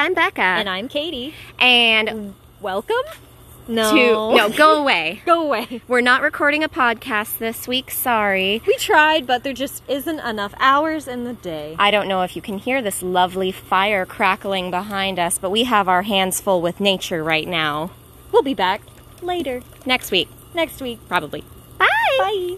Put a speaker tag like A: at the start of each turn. A: I'm Becca.
B: And I'm Katie.
A: And
B: Welcome? No.
A: to no, go away.
B: Go away.
A: We're not recording a podcast this week. Sorry.
B: We tried, but there just isn't enough hours in the day.
A: I don't know if you can hear this lovely fire crackling behind us, but we have our hands full with nature right now.
B: We'll be back later.
A: Next week,
B: Next week.
A: probably.
B: Bye.